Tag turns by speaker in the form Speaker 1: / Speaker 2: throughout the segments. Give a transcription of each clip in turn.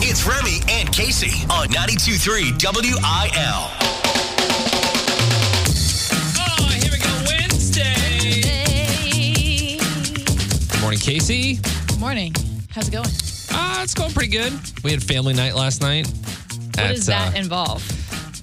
Speaker 1: with Remy and Casey on 92.3 WIL.
Speaker 2: Oh, here we go, Wednesday. Good morning, Casey.
Speaker 3: Morning. How's it going?
Speaker 2: Ah, it's going pretty good. We had family night last night.
Speaker 3: What does that
Speaker 2: uh,
Speaker 3: involve?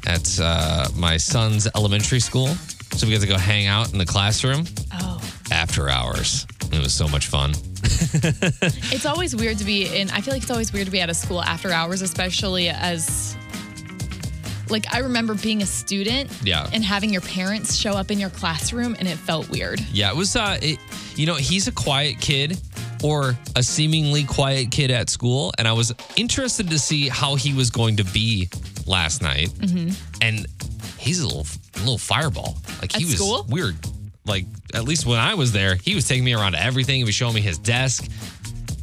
Speaker 2: at uh, my son's elementary school. So we got to go hang out in the classroom
Speaker 3: Oh,
Speaker 2: after hours. It was so much fun.
Speaker 3: it's always weird to be in. I feel like it's always weird to be at a school after hours, especially as. Like I remember being a student,
Speaker 2: Yeah.
Speaker 3: and having your parents show up in your classroom, and it felt weird.
Speaker 2: Yeah, it was. Uh, it, you know, he's a quiet kid, or a seemingly quiet kid at school, and I was interested to see how he was going to be last night.
Speaker 3: Mm-hmm.
Speaker 2: And he's a little, a little fireball. Like he
Speaker 3: At
Speaker 2: was
Speaker 3: school?
Speaker 2: weird. Like at least when I was there, he was taking me around to everything. He was showing me his desk.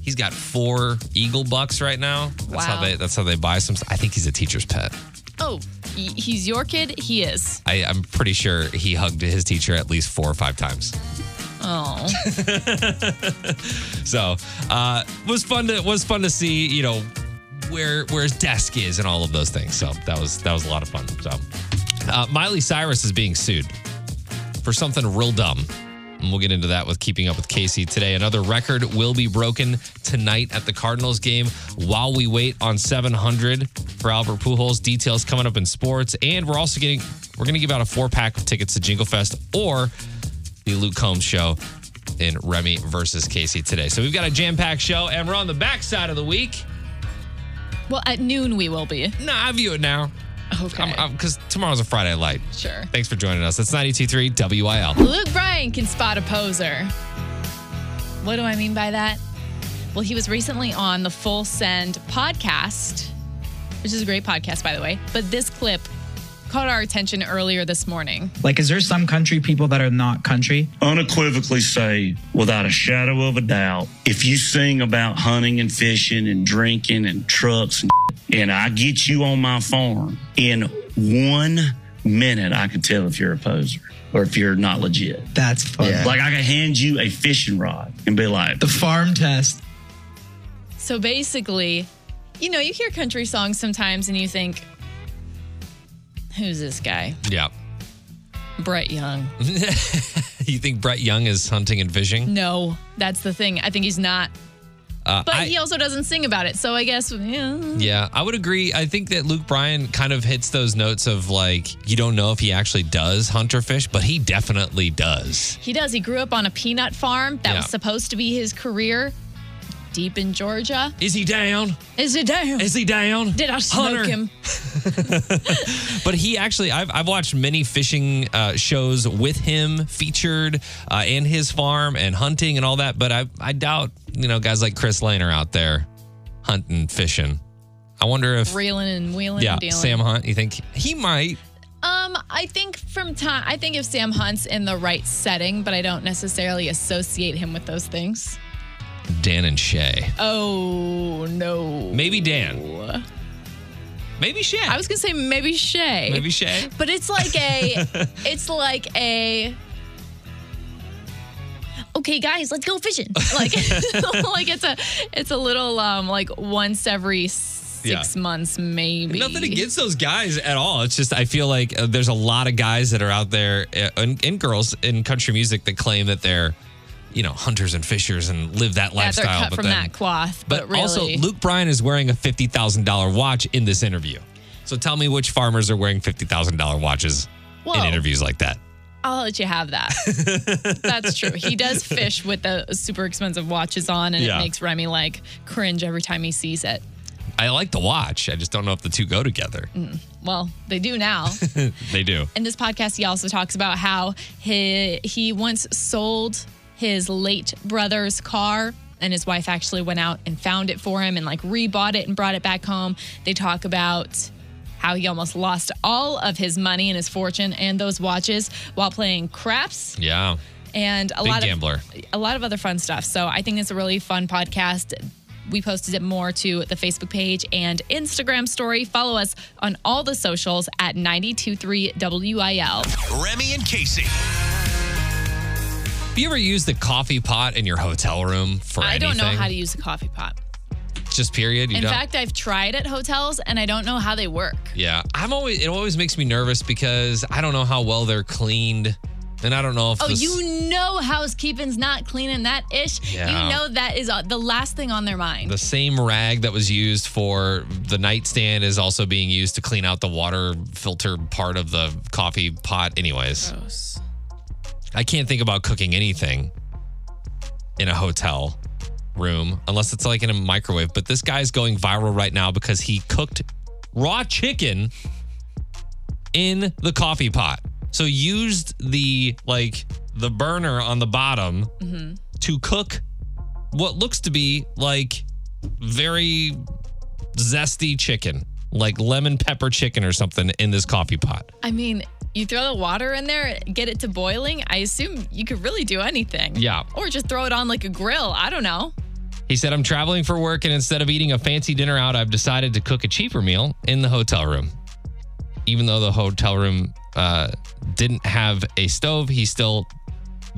Speaker 2: He's got four eagle bucks right now. That's how
Speaker 3: Wow.
Speaker 2: they. That's how they buy some. I think he's a teacher's pet.
Speaker 3: Oh, he- he's your kid. He is.
Speaker 2: I, I'm pretty sure he hugged his teacher at least four or five times.
Speaker 3: Oh,
Speaker 2: So uh was fun to was fun to see, you know, where where his desk is and all of those things. So that was that was a lot of fun. So uh, Miley Cyrus is being sued for something real dumb. And we'll get into that with keeping up with Casey today. Another record will be broken tonight at the Cardinals game while we wait on 700 for Albert Pujols. Details coming up in sports, and we're also getting we're going to give out a four pack of tickets to Jingle Fest or the Luke Combs show in Remy versus Casey today. So we've got a jam packed show, and we're on the backside of the week.
Speaker 3: well, at noon we will be.
Speaker 2: No, I view it now
Speaker 3: Okay,
Speaker 2: because tomorrow's a Friday light.
Speaker 3: sure.
Speaker 2: Thanks for joining us. That's 92.3 WIL.
Speaker 3: Luke Bryan can spot a poser. What do I mean by that? Well, he was recently on the Full Send podcast, which is a great podcast, by the way. But this clip caught our attention earlier this morning.
Speaker 4: Like, is there some country people that are not country?
Speaker 5: unequivocally say, without a shadow of a doubt, if you sing about hunting and fishing and drinking and trucks and, and I get you on my farm, in one minute, I can tell if you're a poser or if you're not legit.
Speaker 4: That's fun.
Speaker 5: Like, I can hand you a fishing rod and be like,
Speaker 4: The farm test.
Speaker 3: So basically, you know, you hear country songs sometimes and you think, who's this guy?
Speaker 2: Yeah.
Speaker 3: Brett Young.
Speaker 2: You think Brett Young is hunting and fishing?
Speaker 3: No, that's the thing. I think he's not.
Speaker 2: Uh,
Speaker 3: But
Speaker 2: I-
Speaker 3: he also doesn't sing about it. So I guess, yeah.
Speaker 2: yeah, I would agree. I think that Luke Bryan kind of hits those notes of like, you don't know if he actually does hunt or fish, but he definitely does.
Speaker 3: He does. He grew up on a peanut farm. That
Speaker 2: Yeah.
Speaker 3: was supposed to be his career deep in Georgia.
Speaker 2: Is he down?
Speaker 3: Is it down?
Speaker 2: Is he down?
Speaker 3: Did I smoke
Speaker 2: Hunter.
Speaker 3: him?
Speaker 2: But he actually, I've, I've watched many fishing uh, shows with him featured uh, and his farm and hunting and all that. But I, I doubt, you know, guys like Chris Lane are out there hunting, fishing. I wonder if,
Speaker 3: Reeling and wheeling
Speaker 2: yeah,
Speaker 3: and dealing.
Speaker 2: Sam Hunt, you think he might?
Speaker 3: Um, I think from time, I think if Sam Hunt's in the right setting, but I don't necessarily associate him with those things.
Speaker 2: Dan and Shay.
Speaker 3: Oh, no.
Speaker 2: Maybe Dan. Maybe Shay.
Speaker 3: I was going to say maybe Shay.
Speaker 2: Maybe Shay.
Speaker 3: But it's like a, it's like a, okay, guys, let's go fishing. Like, like it's a, it's a little um, like once every six
Speaker 2: Yeah.
Speaker 3: months maybe.
Speaker 2: Nothing against those guys at all. It's just I feel like uh, there's a lot of guys that are out there uh, and, and girls in country music that claim that they're, you know, hunters and fishers and live that
Speaker 3: Yeah, they're
Speaker 2: lifestyle.
Speaker 3: cut
Speaker 2: but
Speaker 3: from
Speaker 2: then-
Speaker 3: that cloth, but,
Speaker 2: But
Speaker 3: really,
Speaker 2: also, Luke Bryan is wearing a fifty thousand dollar watch in this interview. So tell me which farmers are wearing fifty thousand dollar watches in
Speaker 3: Whoa.
Speaker 2: interviews like that.
Speaker 3: I'll let you have that. That's true. He does fish with the super expensive watches on, and
Speaker 2: Yeah.
Speaker 3: it makes Remy like cringe every time he sees it.
Speaker 2: I like the watch. I just don't know if the two go together.
Speaker 3: Mm. Well, they do now.
Speaker 2: They do.
Speaker 3: In this podcast, he also talks about how he he once sold his late brother's car, and his wife actually went out and found it for him and like rebought it and brought it back home. They talk about how he almost lost all of his money and his fortune and those watches while playing craps
Speaker 2: Yeah.
Speaker 3: and a
Speaker 2: Big
Speaker 3: lot of
Speaker 2: gambler.
Speaker 3: a lot of other fun stuff. So I think it's a really fun podcast. We posted it more to the Facebook page and Instagram story. Follow us on all the socials at 923WIL.
Speaker 1: Remy and Casey.
Speaker 2: Have you ever used the coffee pot in your hotel room for
Speaker 3: I don't know
Speaker 2: anything?
Speaker 3: how to use a coffee pot.
Speaker 2: just period. You
Speaker 3: In
Speaker 2: don't.
Speaker 3: fact, I've tried at hotels and I don't know how they work.
Speaker 2: yeah, I'm always. It always makes me nervous because I don't know how well they're cleaned, and I don't know if.
Speaker 3: Oh,
Speaker 2: this-
Speaker 3: you know housekeeping's not cleaning that ish.
Speaker 2: Yeah.
Speaker 3: You know that is uh, the last thing on their mind.
Speaker 2: The same rag that was used for the nightstand is also being used to clean out the water filter part of the coffee pot, anyways. I can't think about cooking anything in a hotel room unless it's like in a microwave. But this guy's going viral right now because he cooked raw chicken in the coffee pot. So used the like the burner on the bottom to cook what looks to be like very zesty chicken, like lemon pepper chicken or something in this coffee pot.
Speaker 3: I mean, you throw the water in there, get it to boiling. I assume you could really do anything.
Speaker 2: Yeah.
Speaker 3: Or just throw it on like a grill. I don't know.
Speaker 2: He said, I'm traveling for work, and instead of eating a fancy dinner out, I've decided to cook a cheaper meal in the hotel room. Even though the hotel room uh, didn't have a stove, he still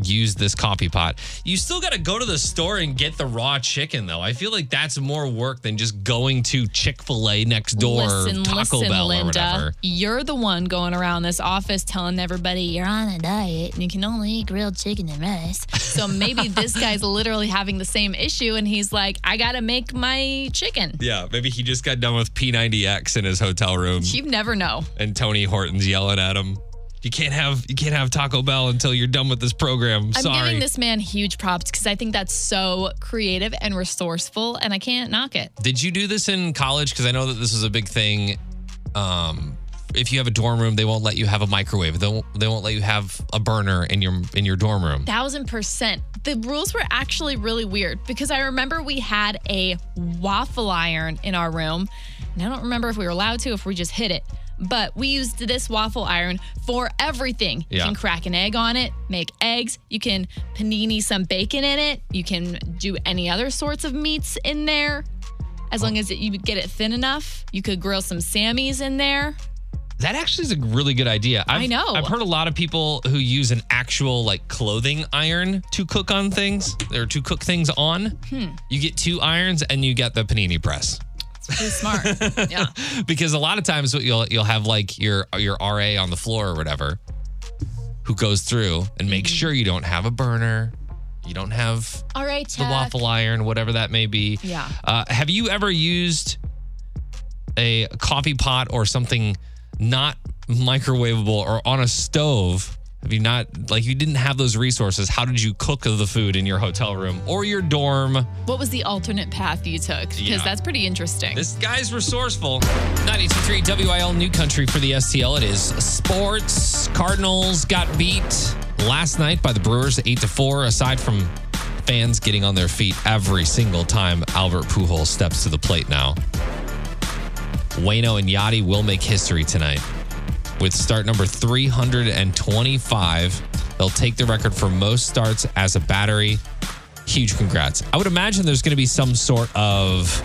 Speaker 2: used this coffee pot. You still got to go to the store and get the raw chicken, though. I feel like that's more work than just going to Chick fil A next door,
Speaker 3: listen,
Speaker 2: Taco
Speaker 3: listen,
Speaker 2: Bell,
Speaker 3: Linda.
Speaker 2: or whatever.
Speaker 3: You're the one going around this office telling everybody you're on a diet and you can only eat grilled chicken and rice. So maybe this guy's literally having the same issue and he's like, I gotta make my chicken.
Speaker 2: Yeah, maybe he just got done with P90X in his hotel room.
Speaker 3: You never know.
Speaker 2: and Tony Horton's yelling at him. You can't have you can't have Taco Bell until you're done with this program.
Speaker 3: I'm
Speaker 2: Sorry.
Speaker 3: giving this man huge props because I think that's so creative and resourceful, and I can't knock it.
Speaker 2: Did you do this in college? Because I know that this was a big thing. Um, if you have a dorm room, they won't let you have a microwave. They won't, they won't let you have a burner in your in your dorm room.
Speaker 3: Thousand percent. The rules were actually really weird because I remember we had a waffle iron in our room, and I don't remember if we were allowed to, if we just hit it. But we used this waffle iron for everything.
Speaker 2: Yeah.
Speaker 3: You can crack an egg on it, make eggs. You can panini some bacon in it. You can do any other sorts of meats in there. As long as it, you get it thin enough, you could grill some Sammys in there.
Speaker 2: That actually is a really good idea. I've,
Speaker 3: I know.
Speaker 2: I've heard a lot of people who use an actual like clothing iron to cook on things or to cook things on.
Speaker 3: Hmm.
Speaker 2: You get two irons and you get the panini press.
Speaker 3: It's pretty smart. yeah.
Speaker 2: because a lot of times what you'll you'll have like your your RA on the floor or whatever who goes through and makes sure you don't have a burner, you don't have
Speaker 3: All right,
Speaker 2: the waffle iron, whatever that may be.
Speaker 3: Yeah.
Speaker 2: Uh, have you ever used a coffee pot or something not microwavable or on a stove? Have you not like you didn't have those resources? How did you cook the food in your hotel room or your dorm?
Speaker 3: What was the alternate path you took? Because
Speaker 2: Yeah.
Speaker 3: that's pretty interesting.
Speaker 2: This guy's resourceful. 92.3 WIL New Country for the STL. It is sports. Cardinals got beat last night by the Brewers 8 to 4. Aside from fans getting on their feet every single time Albert Pujols steps to the plate now. Wayno and Yachty will make history tonight. With start number 325, they'll take the record for most starts as a battery. Huge congrats. I would imagine there's going to be some sort of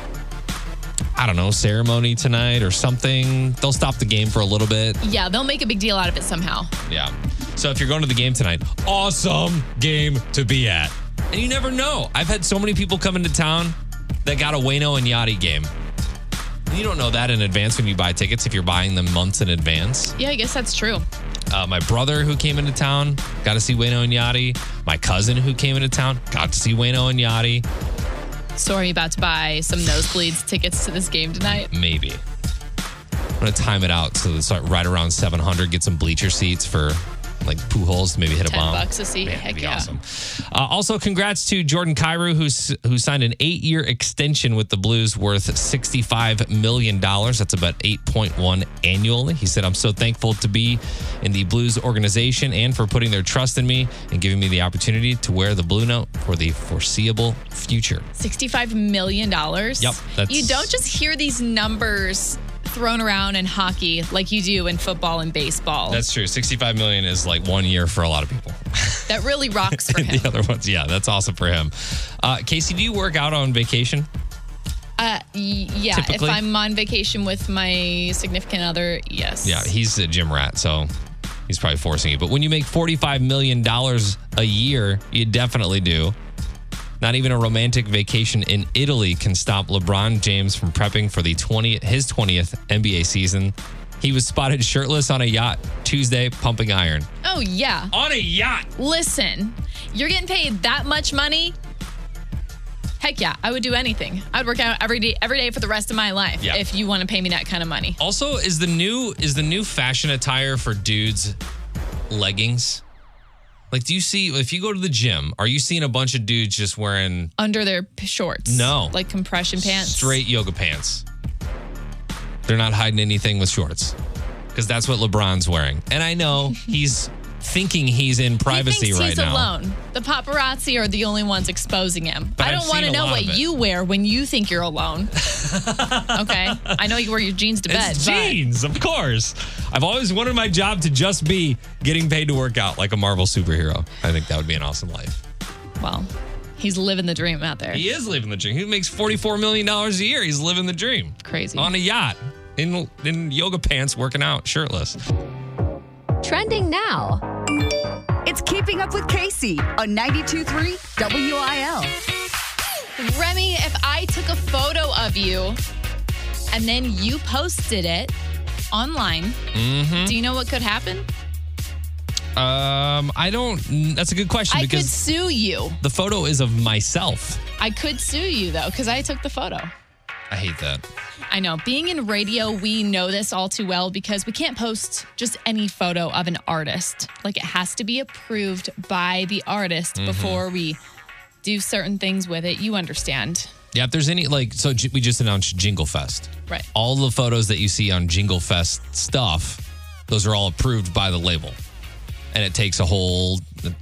Speaker 2: I don't know, ceremony tonight or something. They'll stop the game for a little bit.
Speaker 3: yeah, they'll make a big deal out of it somehow.
Speaker 2: Yeah. So if you're going to the game tonight, awesome game to be at. And you never know. I've had so many people come into town that got a Wayno and Yachty game. You don't know that in advance when you buy tickets if you're buying them months in advance.
Speaker 3: Yeah, I guess that's true.
Speaker 2: Uh, my brother who came into town got to see Wayno and Yachty. My cousin who came into town got to see Wayno and Yachty.
Speaker 3: Sorry, about to buy some nosebleeds tickets to this game tonight.
Speaker 2: maybe. I'm gonna time it out so it's like right around 700. Get some bleacher seats for like poo holes to maybe hit a
Speaker 3: 10
Speaker 2: bomb.
Speaker 3: bucks a seat.
Speaker 2: Man,
Speaker 3: Heck
Speaker 2: that'd be
Speaker 3: yeah.
Speaker 2: awesome. Uh, also, congrats to Jordan Cairo, who's who signed an eight-year extension with the Blues worth sixty-five million dollars. That's about eight point one annually. He said, "I'm so thankful to be in the Blues organization and for putting their trust in me and giving me the opportunity to wear the blue note for the foreseeable future."
Speaker 3: $65 million.
Speaker 2: Yep, that's-
Speaker 3: You don't just hear these numbers thrown around in hockey like you do in football and baseball.
Speaker 2: That's true. Sixty-five million is like one year for a lot of people.
Speaker 3: that really rocks for him.
Speaker 2: the other ones. Yeah, that's awesome for him. Uh, Casey, do you work out on vacation?
Speaker 3: Uh, y- yeah,
Speaker 2: Typically.
Speaker 3: if I'm on vacation with my significant other, yes.
Speaker 2: Yeah, he's a gym rat, so he's probably forcing you. But when you make $45 million a year, you definitely do. Not even a romantic vacation in Italy can stop LeBron James from prepping for the 20 his 20th NBA season. He was spotted shirtless on a yacht Tuesday pumping iron.
Speaker 3: Oh, yeah.
Speaker 2: On a yacht.
Speaker 3: Listen, you're getting paid that much money. Heck yeah, I would do anything. I'd work out every day, every day for the rest of my life
Speaker 2: Yeah.
Speaker 3: if you want to pay me that kind of money.
Speaker 2: Also, is the new is the new fashion attire for dudes leggings? Like do you see if you go to the gym, are you seeing a bunch of dudes just wearing
Speaker 3: Under their p- shorts.
Speaker 2: No.
Speaker 3: Like compression pants.
Speaker 2: Straight yoga pants. They're not hiding anything with shorts because that's what LeBron's wearing. And I know he's thinking he's in privacy
Speaker 3: he thinks
Speaker 2: right
Speaker 3: he's
Speaker 2: now.
Speaker 3: alone. The paparazzi are the only ones exposing him.
Speaker 2: But
Speaker 3: I
Speaker 2: I've
Speaker 3: don't want to
Speaker 2: seen a
Speaker 3: know
Speaker 2: lot
Speaker 3: what
Speaker 2: of it.
Speaker 3: you wear when you think you're alone. okay, I know you wear your jeans to bed.
Speaker 2: It's
Speaker 3: but-
Speaker 2: jeans, of course. I've always wanted my job to just be getting paid to work out like a Marvel superhero. I think that would be an awesome life.
Speaker 3: well, he's living the dream out there.
Speaker 2: He is living the dream. He makes $44 million a year. He's living the dream.
Speaker 3: Crazy.
Speaker 2: On a yacht in, in yoga pants, working out shirtless.
Speaker 6: Trending now.
Speaker 7: It's Keeping Up with Casey on 92.3 WIL.
Speaker 3: Remy, if I took a photo of you and then you posted it online, do you know what could happen?
Speaker 2: Um, I don't. That's a good question
Speaker 3: I could
Speaker 2: because
Speaker 3: sue you.
Speaker 2: the photo is of myself.
Speaker 3: I could sue you though, because I took the photo.
Speaker 2: I hate that.
Speaker 3: I know. Being in radio, we know this all too well because we can't post just any photo of an artist. Like it has to be approved by the artist before we do certain things with it. You understand.
Speaker 2: Yeah, if there's any like, so j- we just announced Jingle Fest.
Speaker 3: Right.
Speaker 2: All the photos that you see on Jingle Fest stuff, those are all approved by the label, and it takes a whole,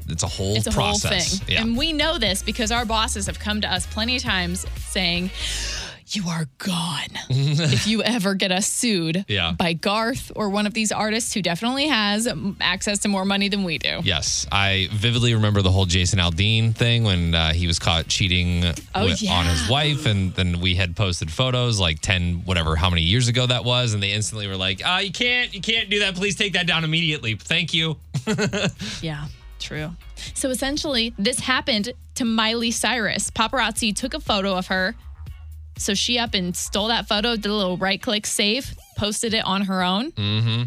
Speaker 2: it's a whole
Speaker 3: It's a
Speaker 2: process.
Speaker 3: whole thing.
Speaker 2: Yeah.
Speaker 3: And we know this because our bosses have come to us plenty of times saying, You are gone if you ever get us sued
Speaker 2: Yeah.
Speaker 3: by Garth or one of these artists who definitely has um, access to more money than we do.
Speaker 2: yes, I vividly remember the whole Jason Aldean thing when uh, he was caught cheating
Speaker 3: Oh,
Speaker 2: with- on his
Speaker 3: yeah.
Speaker 2: wife, and then we had posted photos like ten, whatever, how many years ago that was, and they instantly were like, "Ah, you can't, you can't do that. Please take that down immediately. Thank you."
Speaker 3: Yeah, true. So essentially, this happened to Miley Cyrus. Paparazzi took a photo of her. So she up and stole that photo, did a little right click save, posted it on her own. Mm-hmm.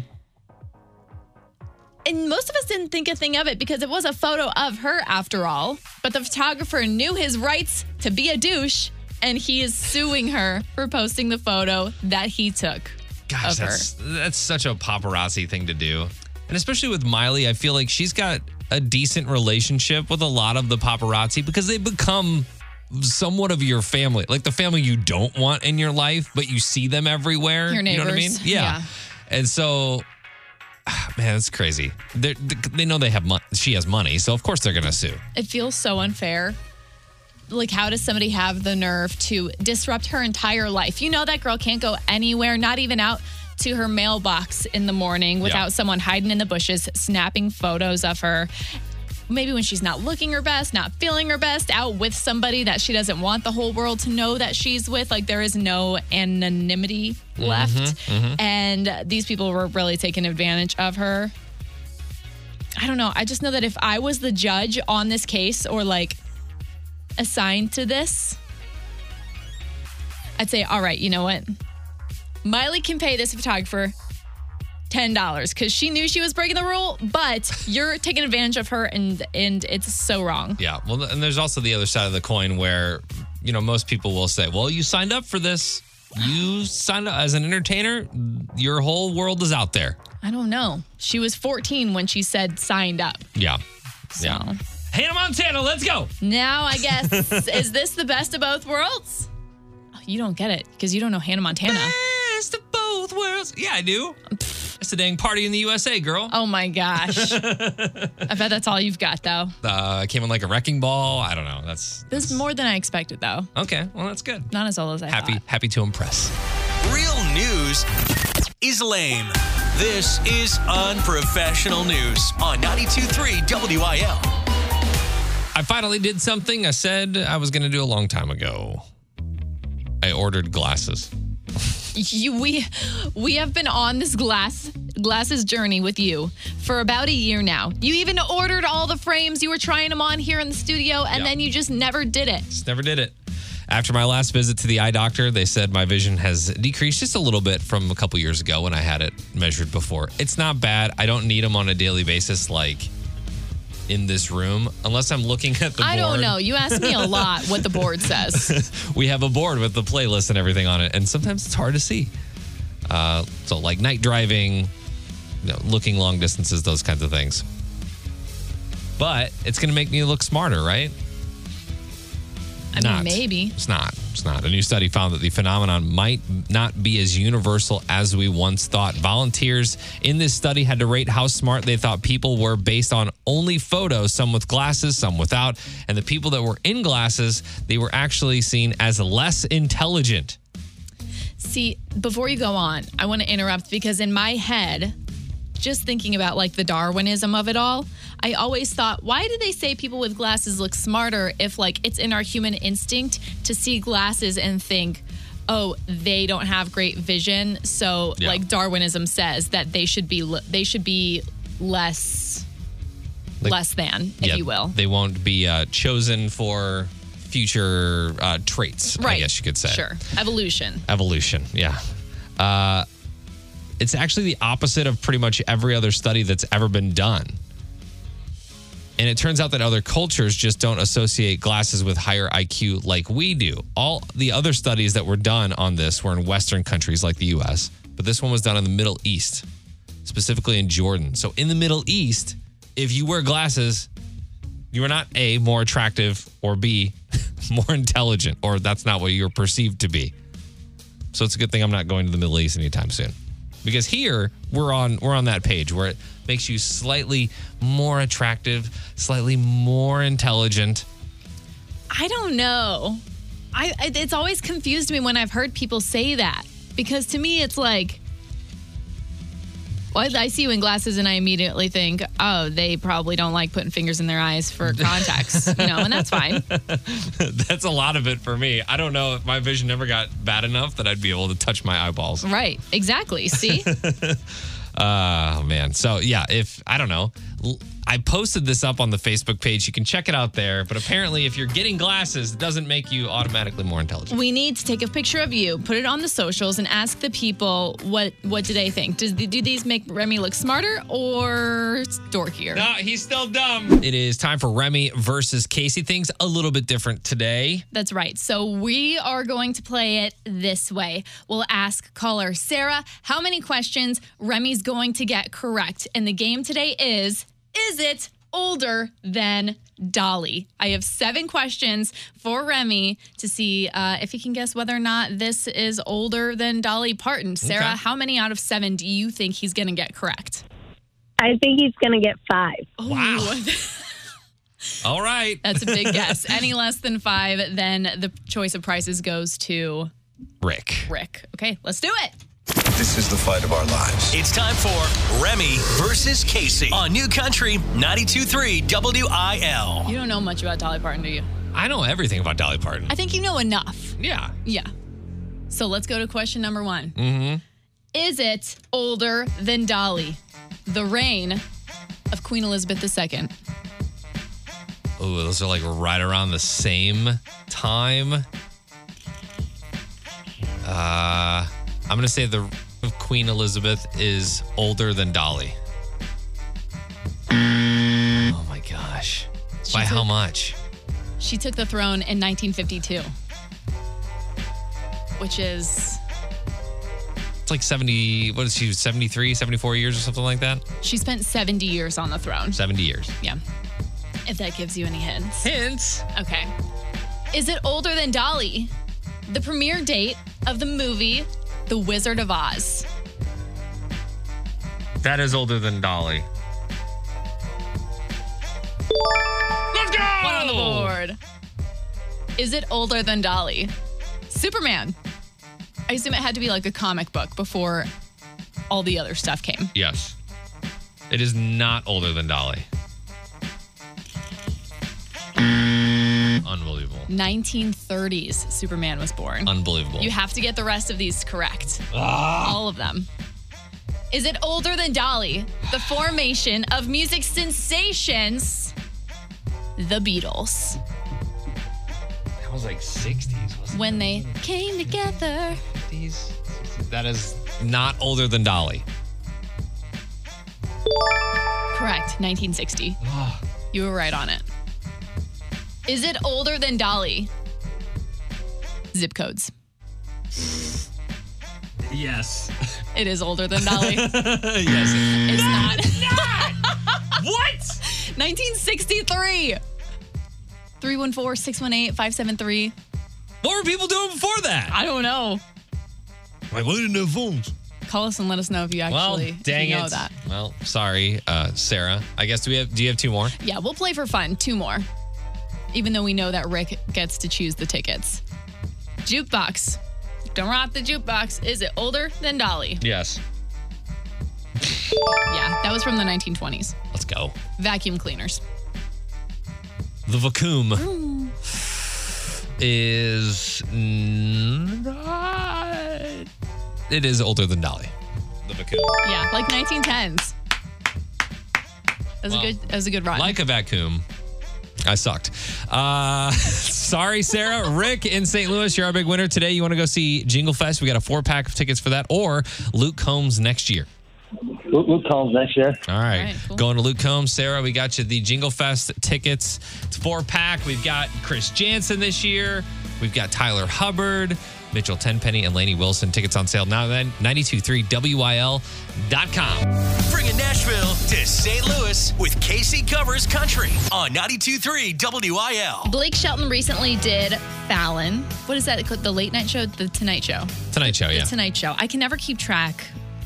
Speaker 3: And most of us didn't think a thing of it because it was a photo of her after all. But the photographer knew his rights to be a douche, and he is suing her for posting the photo that he took.
Speaker 2: Gosh,
Speaker 3: of her.
Speaker 2: that's, that's such a paparazzi thing to do. And especially with Miley, I feel like she's got a decent relationship with a lot of the paparazzi because they become somewhat of your family, like the family you don't want in your life, but you see them everywhere.
Speaker 3: Your
Speaker 2: You know what I mean?
Speaker 3: neighbors,
Speaker 2: Yeah.
Speaker 3: yeah.
Speaker 2: And so, man, that's crazy. They're, they know they have money. She has money, so of course they're gonna sue.
Speaker 3: It feels so unfair. Like, how does somebody have the nerve to disrupt her entire life? You know, that girl can't go anywhere, not even out to her mailbox in the morning without
Speaker 2: Yeah.
Speaker 3: someone hiding in the bushes, snapping photos of her. Maybe when she's not looking her best, not feeling her best, out with somebody that she doesn't want the whole world to know that she's with. Like, there is no anonymity left. And these people were really taking advantage of her. I don't know. I just know that if I was the judge on this case or like assigned to this, I'd say, all right, you know what? Miley can pay this photographer $10 because she knew she was breaking the rule, but you're taking advantage of her and and it's so wrong.
Speaker 2: Yeah. Well, and there's also the other side of the coin where, you know, most people will say, well, you signed up for this. You signed up as an entertainer. Your whole world is out there.
Speaker 3: I don't know. She was 14 when she said signed up.
Speaker 2: Yeah.
Speaker 3: So
Speaker 2: Yeah. Hannah Montana, let's go.
Speaker 3: now I guess, is this the best of both worlds? Oh, you don't get it because you don't know Hannah Montana.
Speaker 2: Best of both worlds. Yeah, I do. That's the dang party in the USA, girl.
Speaker 3: Oh my gosh. I bet that's all you've got though.
Speaker 2: Uh, came in like a wrecking ball. I don't know. That's
Speaker 3: This is more than I expected though.
Speaker 2: okay. Well, that's good.
Speaker 3: Not as old as I
Speaker 2: Happy,
Speaker 3: thought.
Speaker 2: happy to impress.
Speaker 1: Real news is lame. This is unprofessional news on 92.3 WIL.
Speaker 2: I finally did something I said I was going to do a long time ago. I ordered glasses.
Speaker 3: You, we we have been on this glass Glass's journey with you for about a year now. You even ordered all the frames, you were trying them on here in the studio, and
Speaker 2: Yeah.
Speaker 3: then you just never did it.
Speaker 2: Just never did it. After my last visit to the eye doctor, they said my vision has decreased just a little bit from a couple years ago when I had it measured before. It's not bad. I don't need them on a daily basis, like in this room, unless I'm looking at the
Speaker 3: I
Speaker 2: board.
Speaker 3: don't know. You ask me a lot what the board says.
Speaker 2: We have a board with the playlist and everything on it, and sometimes it's hard to see. Uh, so, like night driving, you know, looking long distances, those kinds of things. But it's going to make me look smarter, right?
Speaker 3: I mean,
Speaker 2: not.
Speaker 3: maybe.
Speaker 2: It's not. It's not. A new study found that the phenomenon might not be as universal as we once thought. Volunteers in this study had to rate how smart they thought people were based on only photos, some with glasses, some without. And the people that were in glasses, they were actually seen as less intelligent.
Speaker 3: See, before you go on, I want to interrupt because in my head, just thinking about like the Darwinism of it all, I always thought, why do they say people with glasses look smarter if like it's in our human instinct to see glasses and think, oh, they don't have great vision, so
Speaker 2: Yeah.
Speaker 3: like Darwinism says that they should be l- they should be less
Speaker 2: Like-
Speaker 3: less than, if you will.
Speaker 2: They won't be uh, chosen for future uh, traits, I guess you could say.
Speaker 3: Sure. Evolution.
Speaker 2: Evolution, yeah. Uh, it's actually the opposite of pretty much every other study that's ever been done. And it turns out that other cultures just don't associate glasses with higher IQ like we do. All the other studies that were done on this were in Western countries like the US, but this one was done in the Middle East, specifically in Jordan. So in the Middle East, if you wear glasses, you are not A, more attractive, or B, more intelligent, or that's not what you're perceived to be. So it's a good thing I'm not going to the Middle East anytime soon. Because here we're on we're on that page where it makes you slightly more attractive, slightly more intelligent.
Speaker 3: I don't know. I it- it's always confused me when I've heard people say that because to me it's like well, I see you in glasses and I immediately think, oh, they probably don't like putting fingers in their eyes for contacts, you know, and that's fine.
Speaker 2: That's a lot of it for me. I don't know if my vision ever got bad enough that I'd be able to touch my eyeballs.
Speaker 3: Right. Exactly. See?
Speaker 2: Oh man. So yeah, if I don't know, L- I posted this up on the Facebook page. You can check it out there. But apparently, if you're getting glasses, it doesn't make you automatically more intelligent.
Speaker 3: We need to take a picture of you, put it on the socials, and ask the people what what do they think? Does do these make Remy look smarter or dorkier?
Speaker 2: No, Ah, he's still dumb. It is time for Remy versus Casey. Things a little bit different today.
Speaker 3: That's right. So we are going to play it this way. We'll ask caller Sarah how many questions Remy's going to get correct. And the game today is Is it older than Dolly? I have seven questions for Remy to see uh, if he can guess whether or not this is older than Dolly Parton. Sarah,
Speaker 2: Okay.
Speaker 3: how many out of seven do you think he's going to get correct?
Speaker 8: I think he's going to get five.
Speaker 2: Wow. All right.
Speaker 3: That's a big guess. Any less than five, then the choice of prices goes to
Speaker 2: Rick.
Speaker 3: Rick. Okay, let's do it.
Speaker 9: This is the fight of our lives.
Speaker 1: It's time for Remy versus Casey on New Country 923 WIL.
Speaker 3: You don't know much about Dolly Parton, do you?
Speaker 2: I know everything about Dolly Parton.
Speaker 3: I think you know enough.
Speaker 2: yeah.
Speaker 3: Yeah. So let's go to question number one.
Speaker 2: Mm-hmm.
Speaker 3: Is it older than Dolly? The reign of Queen Elizabeth II.
Speaker 2: Oh, those are like right around the same time. Uh, I'm gonna say the Queen Elizabeth is older than Dolly. Oh my gosh! By
Speaker 3: She's
Speaker 2: how
Speaker 3: a-
Speaker 2: much?
Speaker 3: She took the throne in 1952, which is,
Speaker 2: It's like 70. What is she? 73, 74 years or something like that.
Speaker 3: she spent 70 years on the throne.
Speaker 2: 70 years.
Speaker 3: Yeah. If that gives you any hints.
Speaker 2: Hints.
Speaker 3: Okay. Is it older than Dolly? The premiere date of the movie The Wizard of Oz.
Speaker 2: That is older than Dolly. Let's go!
Speaker 3: One on the board. Is it older than Dolly? Superman. I assume it had to be like a comic book before all the other stuff came.
Speaker 2: Yes. It is not older than Dolly. Unbelievable.
Speaker 3: 1930s, Superman was born.
Speaker 2: Unbelievable. Ah.
Speaker 3: You have to get the rest of these correct. All of them. Is it older than Dolly? The formation of music sensations, the Beatles.
Speaker 2: That was like 60s, wasn't
Speaker 3: When they came together,
Speaker 2: it? 50s? 60s. That is not older than Dolly.
Speaker 3: correct, 1960.
Speaker 2: Ah.
Speaker 3: You were right on it. Is it older than Dolly? Zip codes.
Speaker 2: Yes.
Speaker 3: It is older than Dolly.
Speaker 2: yes.
Speaker 3: it's not.
Speaker 2: what?
Speaker 3: 1963. 314 618 573.
Speaker 2: What were people doing before that?
Speaker 3: I don't know.
Speaker 2: Like, we didn't have phones.
Speaker 3: Call us and let us know if you
Speaker 2: Well,
Speaker 3: actually if you
Speaker 2: dang
Speaker 3: know
Speaker 2: it.
Speaker 3: that.
Speaker 2: Well, sorry, uh, Sarah. I guess do we have? Do you have two more?
Speaker 3: Yeah, we'll play for fun. Two more. Even though we know that Rick gets to choose the tickets. Jukebox. Don't rock the jukebox. Is it older than Dolly?
Speaker 2: Yes.
Speaker 3: Yeah, that was from the 1920s.
Speaker 2: Let's go.
Speaker 3: Vacuum cleaners.
Speaker 2: The vacuum is not. It is older than Dolly. The vacuum.
Speaker 3: Yeah, like 1910s. That was
Speaker 2: Wow.
Speaker 3: a good. That was a good run.
Speaker 2: Like a vacuum. I sucked. Uh, sorry, Sarah. Rick in St. Louis, you're our big winner today. You want to go see Jingle Fest? We got a four pack of tickets for that, or Luke Combs next year.
Speaker 10: Luke, Luke Combs next year.
Speaker 2: All right.
Speaker 3: All right, cool.
Speaker 2: Going to Luke Combs. Sarah, we got you the Jingle Fest tickets. It's four pack. We've got Chris Jansen this year. We've got Tyler Hubbard, Mitchell Tenpenny, and Laney Wilson. Tickets on sale now then, 923wil.com.
Speaker 1: Bringing Nashville to St. Louis with Casey Covers Country on 923 WIL.
Speaker 3: Blake Shelton recently did Fallon. What is that? The late night show, the Tonight Show,
Speaker 2: Tonight show, yeah.
Speaker 3: Tonight Show. I can never keep track.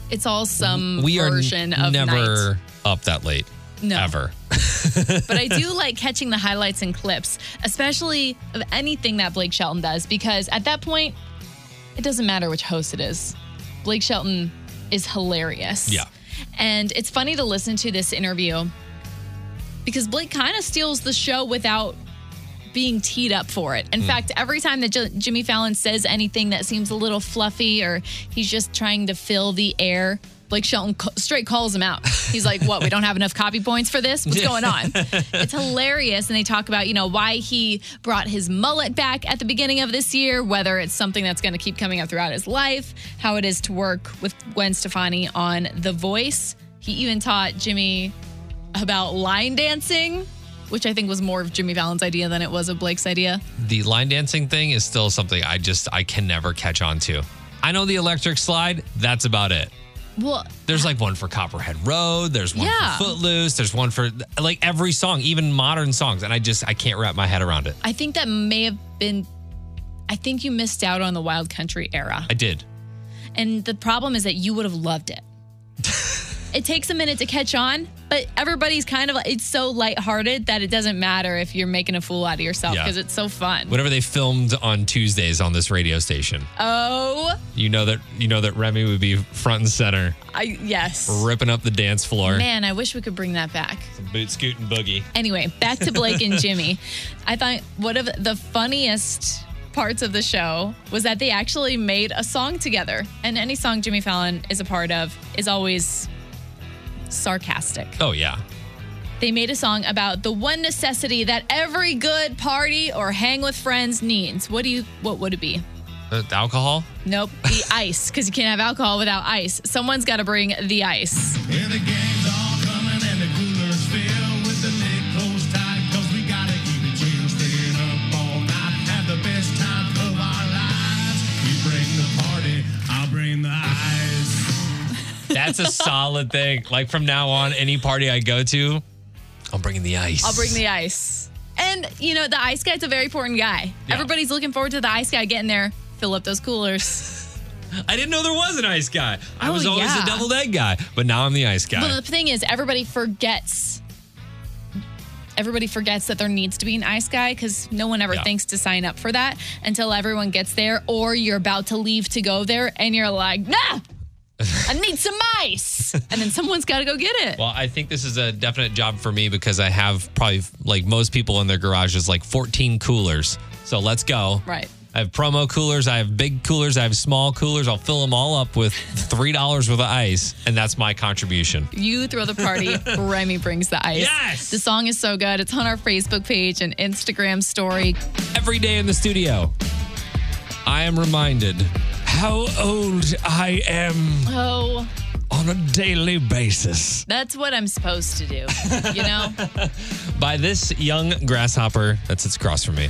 Speaker 3: It's all some
Speaker 2: we are n-
Speaker 3: version of
Speaker 2: never
Speaker 3: night.
Speaker 2: up that late.
Speaker 3: No.
Speaker 2: Ever.
Speaker 3: but I do like catching the highlights and clips, especially of anything that Blake Shelton does, because at that point, it doesn't matter which host it is. Blake Shelton is hilarious.
Speaker 2: Yeah.
Speaker 3: And it's funny to listen to this interview because Blake kind of steals the show without being teed up for it. In fact, every time that J- Jimmy Fallon says anything that seems a little fluffy or he's just trying to fill the air, Blake Shelton ca- straight calls him out. He's like, "What? We don't have enough copy points for this? What's going on?" it's hilarious, and they talk about you know why he brought his mullet back at the beginning of this year, whether it's something that's going to keep coming up throughout his life, how it is to work with Gwen Stefani on The Voice. He even taught Jimmy about line dancing, which I think was more of Jimmy Fallon's idea than it was of Blake's idea.
Speaker 2: The line dancing thing is still something I just, I can never catch on to. I know the electric slide. That's about it.
Speaker 3: Well,
Speaker 2: There's like one for Copperhead Road. There's one
Speaker 3: Yeah.
Speaker 2: for Footloose. There's one for like every song, even modern songs. And I just I can't wrap my head around it.
Speaker 3: I think that may have been. I think you missed out on the Wild Country era.
Speaker 2: I did.
Speaker 3: And the problem is that you would have loved it. it takes a minute to catch on, but everybody's kind of, it's so lighthearted that it doesn't matter if you're making a fool out of yourself
Speaker 2: Yeah.
Speaker 3: because it's so fun.
Speaker 2: Whatever they filmed on Tuesdays on this radio station,
Speaker 3: oh,
Speaker 2: you know that you know that Remy would be front and center,
Speaker 3: I, yes.
Speaker 2: ripping up the dance floor.
Speaker 3: Man, I wish we could bring that back.
Speaker 2: Boot scooting boogie.
Speaker 3: Anyway, back to Blake and Jimmy. I thought one of the funniest parts of the show was that they actually made a song together. And any song Jimmy Fallon is a part of is always sarcastic.
Speaker 2: Oh yeah.
Speaker 3: They made a song about the one necessity that every good party or hang with friends needs. What do you what would it be?
Speaker 2: Uh, alcohol?
Speaker 3: Nope, the ice, because you can't have alcohol without ice. Someone's got to bring the ice.
Speaker 2: That's a solid thing. Like from now on, any party I go to, I'm bringing the ice.
Speaker 3: I'll bring the ice. And you know, the ice guy's a very important guy.
Speaker 2: Yeah.
Speaker 3: Everybody's looking forward to the ice guy getting there, fill up those coolers.
Speaker 2: I didn't know there was an ice guy. I
Speaker 3: Oh,
Speaker 2: was always
Speaker 3: yeah.
Speaker 2: the deviled egg guy, but now I'm the ice guy.
Speaker 3: Well, the thing is, everybody forgets. Everybody forgets that there needs to be an ice guy because no one ever
Speaker 2: Yeah.
Speaker 3: thinks to sign up for that until everyone gets there, or you're about to leave to go there, and you're like, nah, I need some ice, and then someone's got to go get it.
Speaker 2: Well, I think this is a definite job for me because I have probably like most people in their garages like 14 coolers. So let's go.
Speaker 3: right.
Speaker 2: I have promo coolers. I have big coolers. I have small coolers. I'll fill them all up with three dollars worth of ice, and that's my contribution.
Speaker 3: You throw the party, Remy brings the ice.
Speaker 2: Yes!
Speaker 3: The song is so good. It's on our Facebook page and Instagram story.
Speaker 2: Every day in the studio, I am reminded how old I am
Speaker 3: Oh,
Speaker 2: on a daily basis
Speaker 3: that's what I'm supposed to do. You know?
Speaker 2: by this young grasshopper that sits across from me.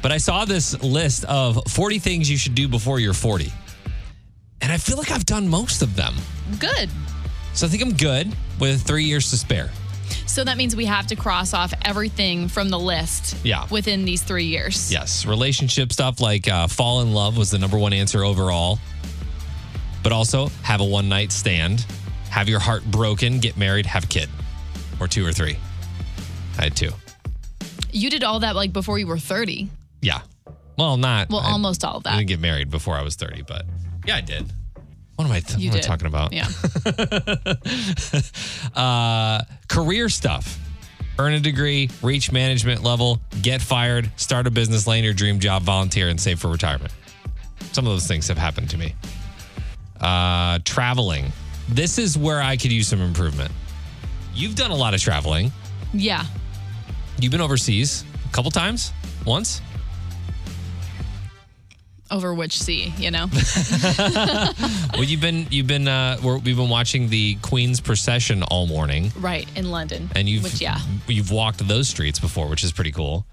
Speaker 2: But I saw this list of 40 things you should do before you're 40. And I feel like I've done most of them.
Speaker 3: Good.
Speaker 2: So I think I'm good with three years to spare.
Speaker 3: So that means we have to cross off everything from the list
Speaker 2: Yeah.
Speaker 3: within these three years.
Speaker 2: Yes, relationship stuff like uh, fall in love was the number one answer overall. But also have a one night stand, have your heart broken, get married, have a kid, or two or three. I had two.
Speaker 3: You did all that like before you were 30.
Speaker 2: Yeah. Well, not.
Speaker 3: Well,
Speaker 2: I-
Speaker 3: almost all of
Speaker 2: I
Speaker 3: that.
Speaker 2: didn't get married before I was 30, but yeah, I did. What am I, what
Speaker 3: You
Speaker 2: am I
Speaker 3: did.
Speaker 2: talking about?
Speaker 3: Yeah.
Speaker 2: uh, career stuff. Earn a degree, reach management level, get fired, start a business, land your dream job, volunteer, and save for retirement. Some of those things have happened to me. Uh, traveling. This is where I could use some improvement. You've done a lot of traveling.
Speaker 3: Yeah.
Speaker 2: You've been overseas a couple times, once.
Speaker 3: Over which sea, you know?
Speaker 2: Well, you've been you've been uh, we're, we've been watching the Queen's procession all morning.
Speaker 3: right. In London.
Speaker 2: and you've
Speaker 3: Which, yeah.
Speaker 2: you've walked those streets before, which is pretty cool.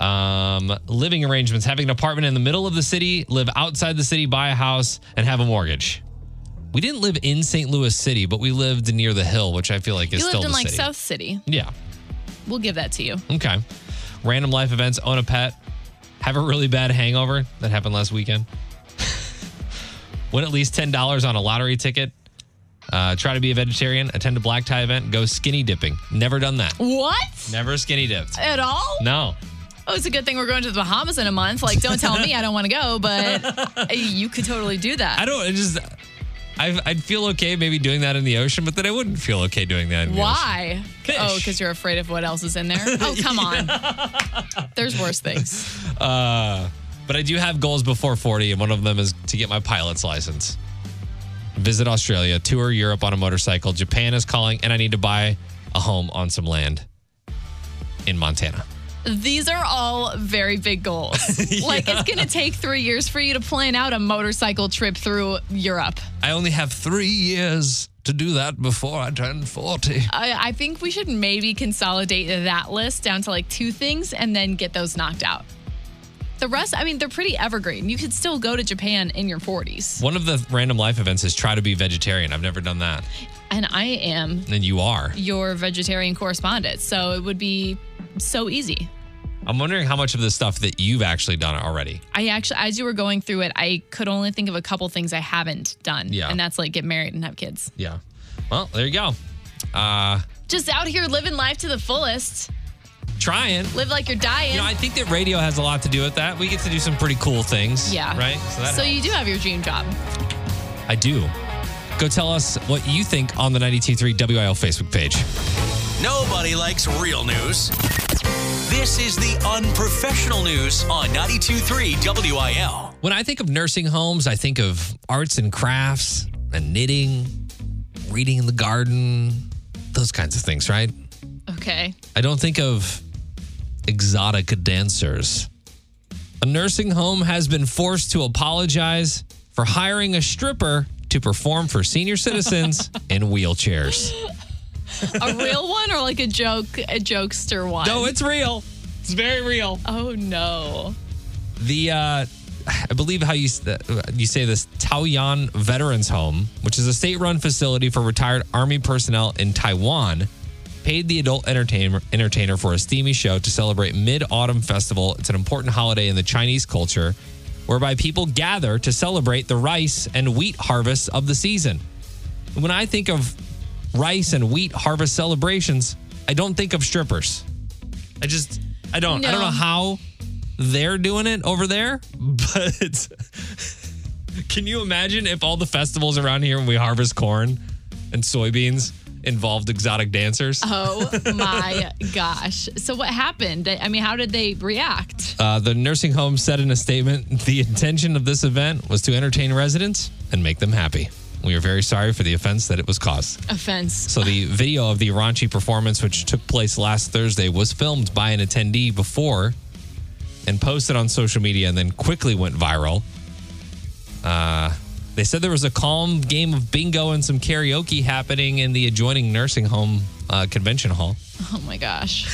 Speaker 2: Um, living arrangements: having an apartment in the middle of the city, live outside the city, buy a house, and have a mortgage. We didn't live in St. Louis City, but we lived near the hill, which I feel like is
Speaker 3: You
Speaker 2: still
Speaker 3: lived in
Speaker 2: the
Speaker 3: like
Speaker 2: city.
Speaker 3: South City.
Speaker 2: Yeah.
Speaker 3: We'll give that to you.
Speaker 2: Okay. Random life events: own a pet, have a really bad hangover that happened last weekend, win at least ten dollars on a lottery ticket. Uh, try to be a vegetarian. Attend a black tie event. Go skinny dipping. Never done that.
Speaker 3: What?
Speaker 2: Never skinny dipped.
Speaker 3: At all?
Speaker 2: No.
Speaker 3: Oh, it's a good thing we're going to the Bahamas in a month. Like, don't tell me I don't want to go, but you could totally do that.
Speaker 2: I don't. I just. I, I'd feel okay maybe doing that in the ocean, but then I wouldn't feel okay doing that. In the ocean.
Speaker 3: Why?
Speaker 2: Fish.
Speaker 3: Oh, because you're afraid of what else is in there? Oh, come on. There's worse things.
Speaker 2: Uh, but I do have goals before 40, and one of them is to get my pilot's license, visit Australia, tour Europe on a motorcycle. Japan is calling, and I need to buy a home on some land in Montana.
Speaker 3: These are all very big goals. Like, it's going to take three years for you to plan out a motorcycle trip through Europe.
Speaker 2: I only have three years to do that before I turn 40.
Speaker 3: I, I think we should maybe consolidate that list down to like two things and then get those knocked out. The rest, I mean, they're pretty evergreen. You could still go to Japan in your 40s.
Speaker 2: One of the random life events is try to be vegetarian. I've never done that.
Speaker 3: And I am
Speaker 2: And you are.
Speaker 3: your vegetarian correspondent, so it would be so easy.
Speaker 2: I'm wondering how much of the stuff that you've actually done already.
Speaker 3: I actually, as you were going through it, I could only think of a couple things I haven't done.
Speaker 2: Yeah.
Speaker 3: And that's like get married and have kids.
Speaker 2: Yeah. Well, there you go. Uh
Speaker 3: Just out here living life to the fullest.
Speaker 2: trying.
Speaker 3: Live like you're dying.
Speaker 2: You know, I think that radio has a lot to do with that. We get to do some pretty cool things.
Speaker 3: yeah.
Speaker 2: Right?
Speaker 3: So,
Speaker 2: that
Speaker 3: you do have your dream job.
Speaker 2: I do. Go tell us what you think on the 923 WIL Facebook page.
Speaker 1: Nobody likes real news. This is the unprofessional news on 923 WIL.
Speaker 2: When I think of nursing homes, I think of arts and crafts and knitting, reading in the garden, those kinds of things, right?
Speaker 3: Okay.
Speaker 2: I don't think of exotic dancers. A nursing home has been forced to apologize for hiring a stripper to perform for senior citizens in wheelchairs.
Speaker 3: A real one or like a joke, a jokester one?
Speaker 2: No, it's real. It's very real.
Speaker 3: Oh, no.
Speaker 2: The uh I believe how you s- uh, you say this Taoyuan Veterans Home, which is a state-run facility for retired army personnel in Taiwan, paid the adult entertainer entertainer for a steamy show to celebrate Mid-Autumn Festival. It's an important holiday in the Chinese culture whereby people gather to celebrate the rice and wheat harvests of the season. When I think of rice and wheat harvest celebrations, I don't think of strippers. I just I don't I don't
Speaker 3: No.
Speaker 2: know how they're doing it over there, but can you imagine if all the festivals around here when we harvest corn and soybeans involved exotic dancers.
Speaker 3: Oh my gosh. So what happened? I mean, how did they react?
Speaker 2: Uh, the nursing home said in a statement the intention of this event was to entertain residents and make them happy. We are very sorry for the offense that it was caused.
Speaker 3: Offense.
Speaker 2: So, the video of the raunchy performance, which took place last Thursday, was filmed by an attendee before and posted on social media and then quickly went viral. Uh, they said there was a calm game of bingo and some karaoke happening in the adjoining nursing home uh, convention hall.
Speaker 3: Oh my gosh.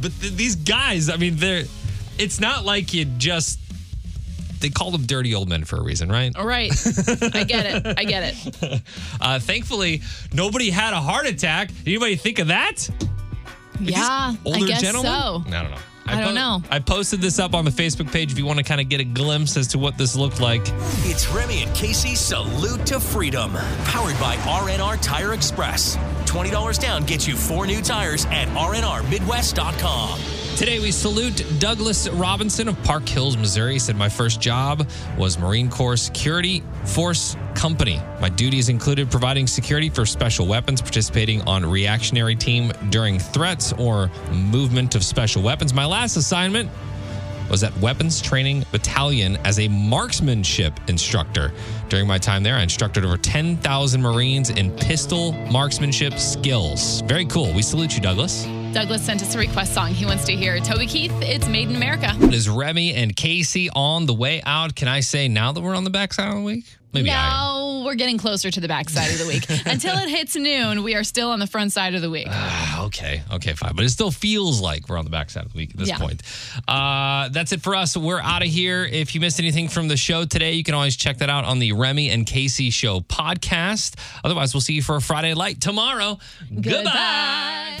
Speaker 2: But th- these guys, I mean, they're. It's not like you just. They call them dirty old men for a reason, right?
Speaker 3: All right. I get it. I get it.
Speaker 2: Uh, thankfully, nobody had a heart attack. Anybody think of that?
Speaker 3: Yeah, I
Speaker 2: Older
Speaker 3: guess
Speaker 2: gentlemen?
Speaker 3: so.
Speaker 2: I don't know.
Speaker 3: I don't know.
Speaker 2: I posted this up on the Facebook page if you want to kind of get a glimpse as to what this looked like.
Speaker 1: It's Remy and Casey Salute to Freedom, powered by RNR Tire Express. $20 down gets you four new tires at rnrmidwest.com.
Speaker 2: Today we salute Douglas Robinson of Park Hills, Missouri. He said my first job was Marine Corps Security Force Company. My duties included providing security for special weapons, participating on reactionary team during threats or movement of special weapons. My last assignment was at Weapons Training Battalion as a marksmanship instructor. During my time there, I instructed over 10,000 Marines in pistol marksmanship skills. Very cool. We salute you, Douglas.
Speaker 3: Douglas sent us a request song he wants to hear. Toby Keith, it's Made in America.
Speaker 2: It is Remy and Casey on the way out. Can I say now that we're on the backside of the week? Maybe I am.
Speaker 3: No, we're getting closer to the backside of the week. Until it hits noon, we are still on the front side of the week.
Speaker 2: Ah, Okay, okay, fine. But it still feels like we're on the backside of the week at this
Speaker 3: Yeah.
Speaker 2: point. Uh, that's it for us. We're out of here. If you missed anything from the show today, you can always check that out on the Remy and Casey Show podcast. Otherwise, we'll see you for a Friday light tomorrow.
Speaker 3: Goodbye.